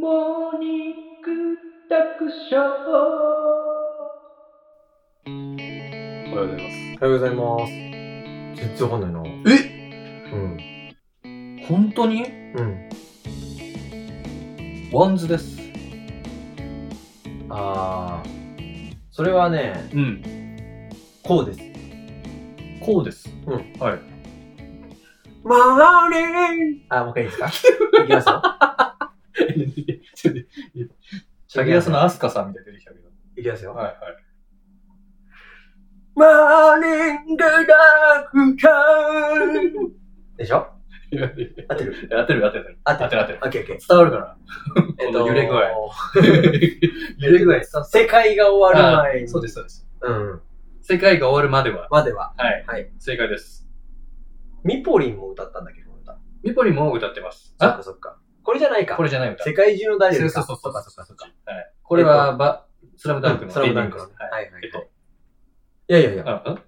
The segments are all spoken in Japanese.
モーニングタクショー。おはようございます。おはようございます。全然わかんないな。えうん。本当にうん。ワンズです。あー。それはね、うん。こうです。こう です。うん。はい。まーれーあー、もう一回いいで すかいきますよ。ちょっとチャギアスのアスカさんみたいに出てきたけど。いきますよ。はいはい。マーレンガラクカーでしょや合ってるってるやってる合やってる。やってるオッケーオッケー。伝わる かえっこのと、揺れ具合揺れ具合。世界が終わる前ら。に。そうです、そうです。うん。世界が終わるまでは。までは。はい。はい。正解です。ミポリンも歌ったんだけど、歌。ミポリンも歌ってます。そっかそっか。これじゃないか。これじゃない歌。世界中の誰そうでそか。うそうそう。そっかそっか。はい。これえっは、ば、スラムダンクの。スラムダンクのはね。い。はいはいはいえっと。いやいやいや。あ、ん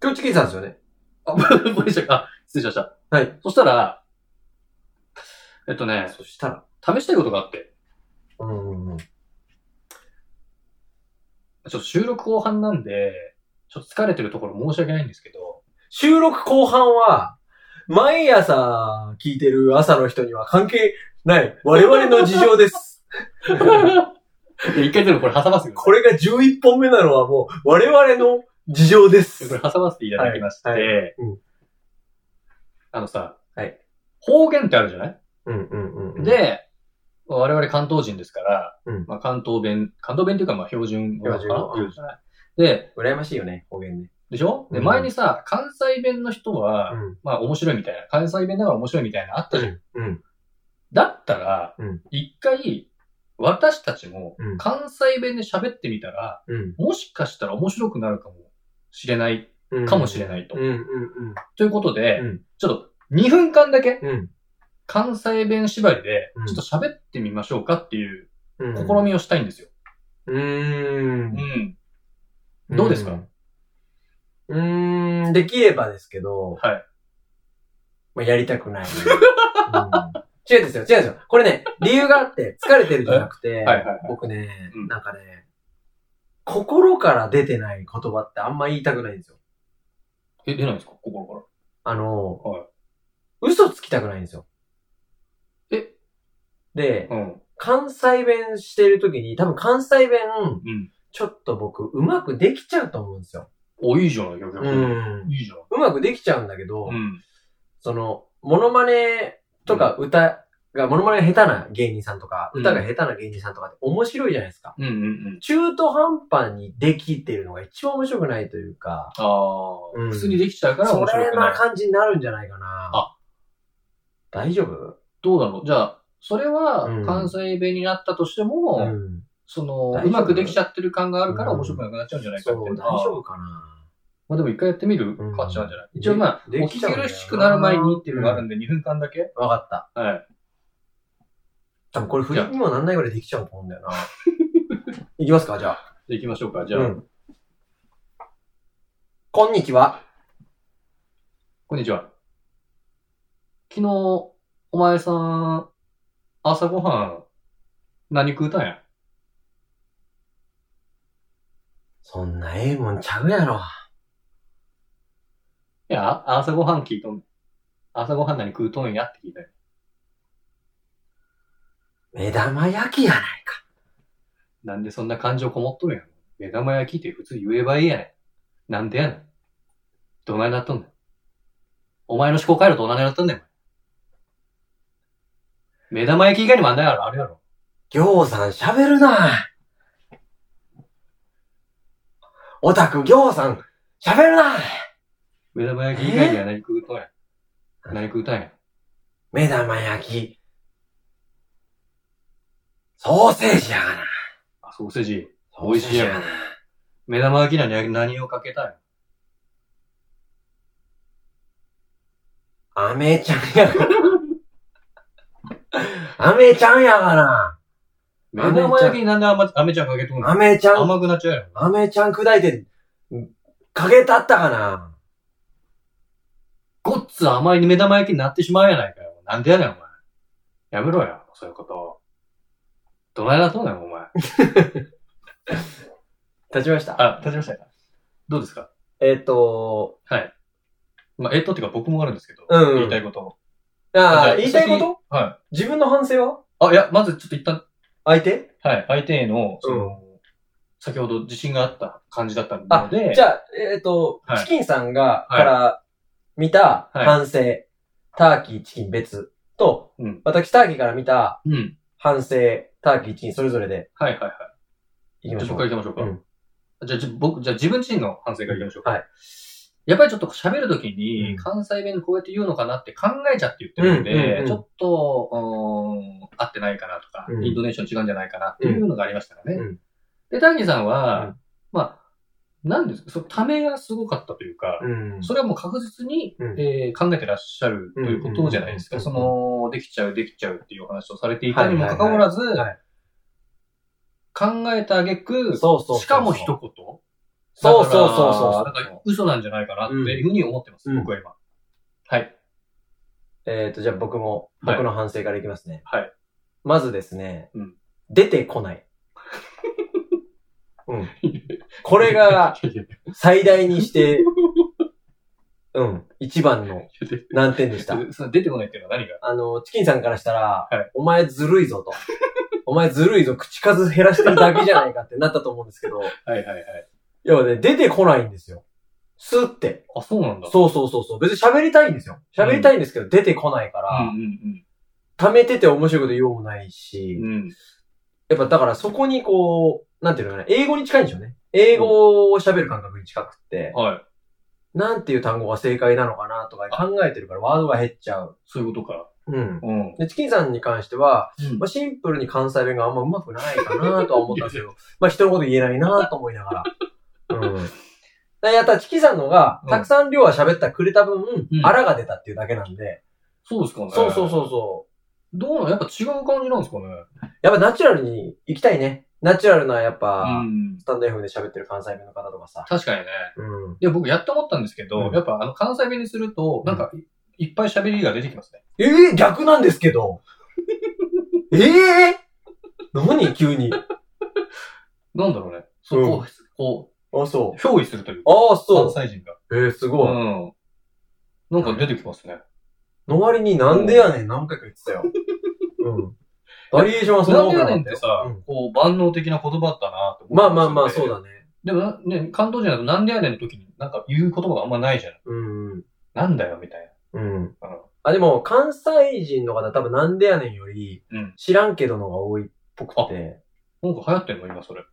今日チキンさんですよね。あ、 ポリシャあ、失礼しました。はい。そしたら、えっとね、そしたら。試したいことがあって、うんうんうん。ちょっと収録後半なんで、ちょっと疲れてるところ申し訳ないんですけ ど、収録後半は、毎朝聞いてる朝の人には関係ない。我々の事情 です。いや一回でもこれ挟ませてくださこれが11本目なのはもう我々の事情でい。す。これ挟ませていただきまして、はいうんあのさ、はい方言ってあるじゃない、うんうんうん。、で、我々関東人ですから、うんまあ、関東弁、関東弁っていうかまあ標準語なのかな標準語標準語で、羨ましいよね、方言ね。でしょで、うん前にさ、関西弁の人は、ん。まあ面白いみたいな、関西弁だから面白いみたいなあったじゃん。うん。だったらうん、一回、私たちもうん関西弁で喋ってみたら、うん。もしかしたら面白くなるかもしれない、うん。かもしれい。ないとうん。うんということで、うんちょっと2分間だけうん。関西弁縛りでうん、ちょっと喋ってみましょうかっていううん。試みをしたいんですよ。うーんうん。。どうですかうーん、できればですけど、はい。まあ、やりた くない、うん。違うんですよ、違うんですよ。これね、理由があって、疲れてるじゃなくて、はいはいはい僕ね、うんなんかね、心から出てない言葉ってあんま言いたくないんですよ。え、出ないんですか心かあの、はい嘘つきたくないんですよ。ら。えで、うん。関西弁してる時に、多分関西弁、うん。ちょっと僕、うまくできちゃうと思うんですよ。お、いいじゃない、逆うに。ん。いいじゃん。うまくできちゃうんだけど、うん。その、モノマネとか歌が、モノマネが下手な芸人さんとか、うん歌が下手な芸人さんとかって面白いじゃないですか。うんうんうん。中途半端にできてるのが一番面白くないというか、ああ、うん普通にできちゃうからそ面白れくな。ない感じになるんじゃないかな。あ大丈夫どうだろうじゃあ、それはうん関西弁になったとしても、うん。その、大丈夫うまくできちゃってる感があるからうん面白くなくなっちゃうんじゃないかそ、っていうう大のは丈夫かな。まあでも一回やってみるうん価値なんじゃない、で一応まあ、おで聞ききちゃうんだよな苦しくなる前にっていうのがあるんで、2分間だけわかった。はい。多分これ振りにもなんないぐらいできちゃうと思うんだよ な。いきますか、じゃあ。じゃあ行きましょうか。じゃあ、うんこんにちは。こんにちは。昨日、お前さん、朝ごはん、何食うたんやそんなええもんちゃうやろ。いや、朝ごはん聞いとん。朝ごはん何食うとんやって聞いたよ。目玉焼きやないか。なんでそんな感情こもっとるやん。目玉焼きって普通言えばいいやねん。なんでやねん。どないなっとんねん。お前の思考回路と同じなっとんねん。お前目玉焼き以外にもあんないやろ、あるやろ。ぎょうさん喋るなオタクぎょうさん喋るな目玉焼き以外には何食うとんや。え何食うたんや。目玉焼き。ソーセージやがな。あ、ソーセージ。ソー美味セーしジいややがろな。。目玉焼きには何をかけたんや。アメちゃんやがな。アメちゃんやがな。目玉焼きになんであんま、あめちゃんかけとんアのメちゃん、甘くなっちゃうやろ。アメちゃん砕いて、かけたったかな。ごっつ甘い目玉焼きになってしまうやないかよ。なんでやねん、お前。やめろよ、そういうこと。どないなっとんねん、お前。立ちました。あ、立ちましたかどうですかえっと、はい。まあ、えっとっていうか僕もあるんですけど、うん言いたいことを。ああ、じゃ言いたいこと先には。自分の反省はいあ、いや、まずちょっと一旦、相手はい、相手への、その、う先ほど自信があった感じだったあので、じゃあ、えっとは、いチキンさんが、はいから見たはい反省、ターキー、チキン別と、うん私ターキーから見たうん。反省、ターキー、チキンそれぞれではいはいはい。いきまじゃあしょう僕から。行きましょうか。うんじゃあじゃあ僕、じゃあ自分自身の反省から行きましょうか。はい。やっぱりちょっと喋るときうんに、関西弁でこうやって言うのかなって考えちゃって言ってるんで、うんうんうんちょっと、うーん合ってないかなとか、うんインドネーション違うんじゃないかなっていうのがありましたからね。うんで、タギさんは、うんまあ、なんですか、そのためがすごかったというか、うんそれはもう確実に、うんえー考えてらっしゃるということじゃないですか。うんうんそうんうんの、できちゃう、できちゃうっていうお話をされていたにもかかわらず、いはい考えた挙句そうそうそうそうしかも一言そうそうそうそだからなんうか。嘘なんじゃないかなっていうふうに思ってます、うん僕は今。 はい。えっと、じゃあ僕も、はい僕の反省からいきますね。はい。まずですね、うん出てこ ない。うん。これ が、最大にして、うん、一番の難点でした。その出てこないっていうのは何があの、チキンさんからしたら、はいお前ずるいぞと。 お前ずるいぞ、口数減らしてるだけじゃないかってなったと思うんですけど、はいはいはい。要はね、出てこないんですよ。スって。あ、そうなんだ。う。そうそうそうそう。別に喋りたいんですよ。喋りたいんですけど、出てこないから、うんうん溜めてて面白いこと言おうもないし、うん。うん。やっぱだからそこにこう、なんていうのかな、英語に近いんでしょうね。英語を喋る感覚に近くって、はい。なんていう単語が正解なのかなとか考えてるからワードが減っちゃう。そういうことか。うん。うん。で、チキンさんに関しては、うんまあ、シンプルに関西弁があんま上手くないかなとは思ったんですよ。 まあ人のこと言えないなと思いながら。うん。でやったらチキンさんのがう、んたくさん量は喋ったくれた分、うんあらが出たっていうだけなんで、そうですかね。。そうそうそううそどうなのやっぱ違う感じなんですかね。う。やっぱナチュラルに行きたいね。ナチュラルなやっぱ、うんス。タンド F で喋ってる関西弁の方とかさ。確かにね。うん。いや、僕やっと思ったんですけど、うんやっぱあの、関西弁にすると、なんか、いっぱい喋りが出てきますね。ええ逆なんですけど。 ええ何急に。あ、なんだろうね。そうう、んこう、こ、そう憑依するというか、ああ、そ関西人が。う。ええすうごい。ん。なんか出てきますね。の割になんでやねん何回か言ってたよ。うん。バリエーションはそんななもんんでなやかねっんったてよ。さ、うんこう、万能的な言葉だったなって思まあまあまあ、そうだ。だね。でもな、ね、関東人だとなんでやねんの時に、なんか言う言葉があんまないじゃん。うん。なんだよ、みたいうん。な。あ、でも、関西人の方多分なんでやねんより、うん。うん。知らんけどのが多いっぽくて。なんか流行ってんの今、それ。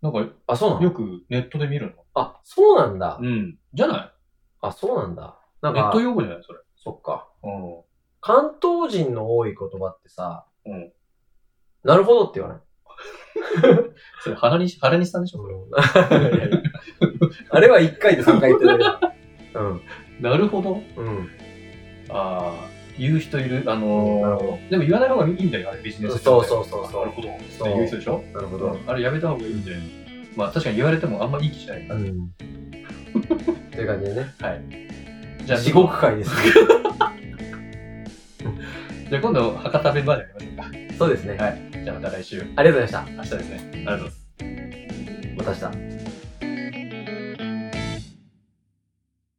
なんか、あ、そうなよのくネットで見るの。あ、そうなんだ。うん。じゃないあ、そうなんだ。なんネットか、用語じゃないそれ。そっか。うん。関東人の多い言葉ってさ、うんなるほどって言わない。それ、原西、原西さんでしょ あれは1回で3回言ってるだけだ。うん。なるほど。うん。ああ、言う人いる。あうんなるのほー、でも言わない方がいいんだよ、あれ、ビジネスそ書うでそうそうそうなるほど。ってそう言う人でしょなるほど。あれ、やめた方がいいんだよ。まあ、確かに言われてもあんまいい気しないかう ら。ん。という感じでね。じゃあ、地獄界ですじゃあ今度、博多弁バージョンやりましょうか。ね。そうですね。はいじゃあまた来週、ありがとうございま明日ですね。ありがとうございます。した。また明日。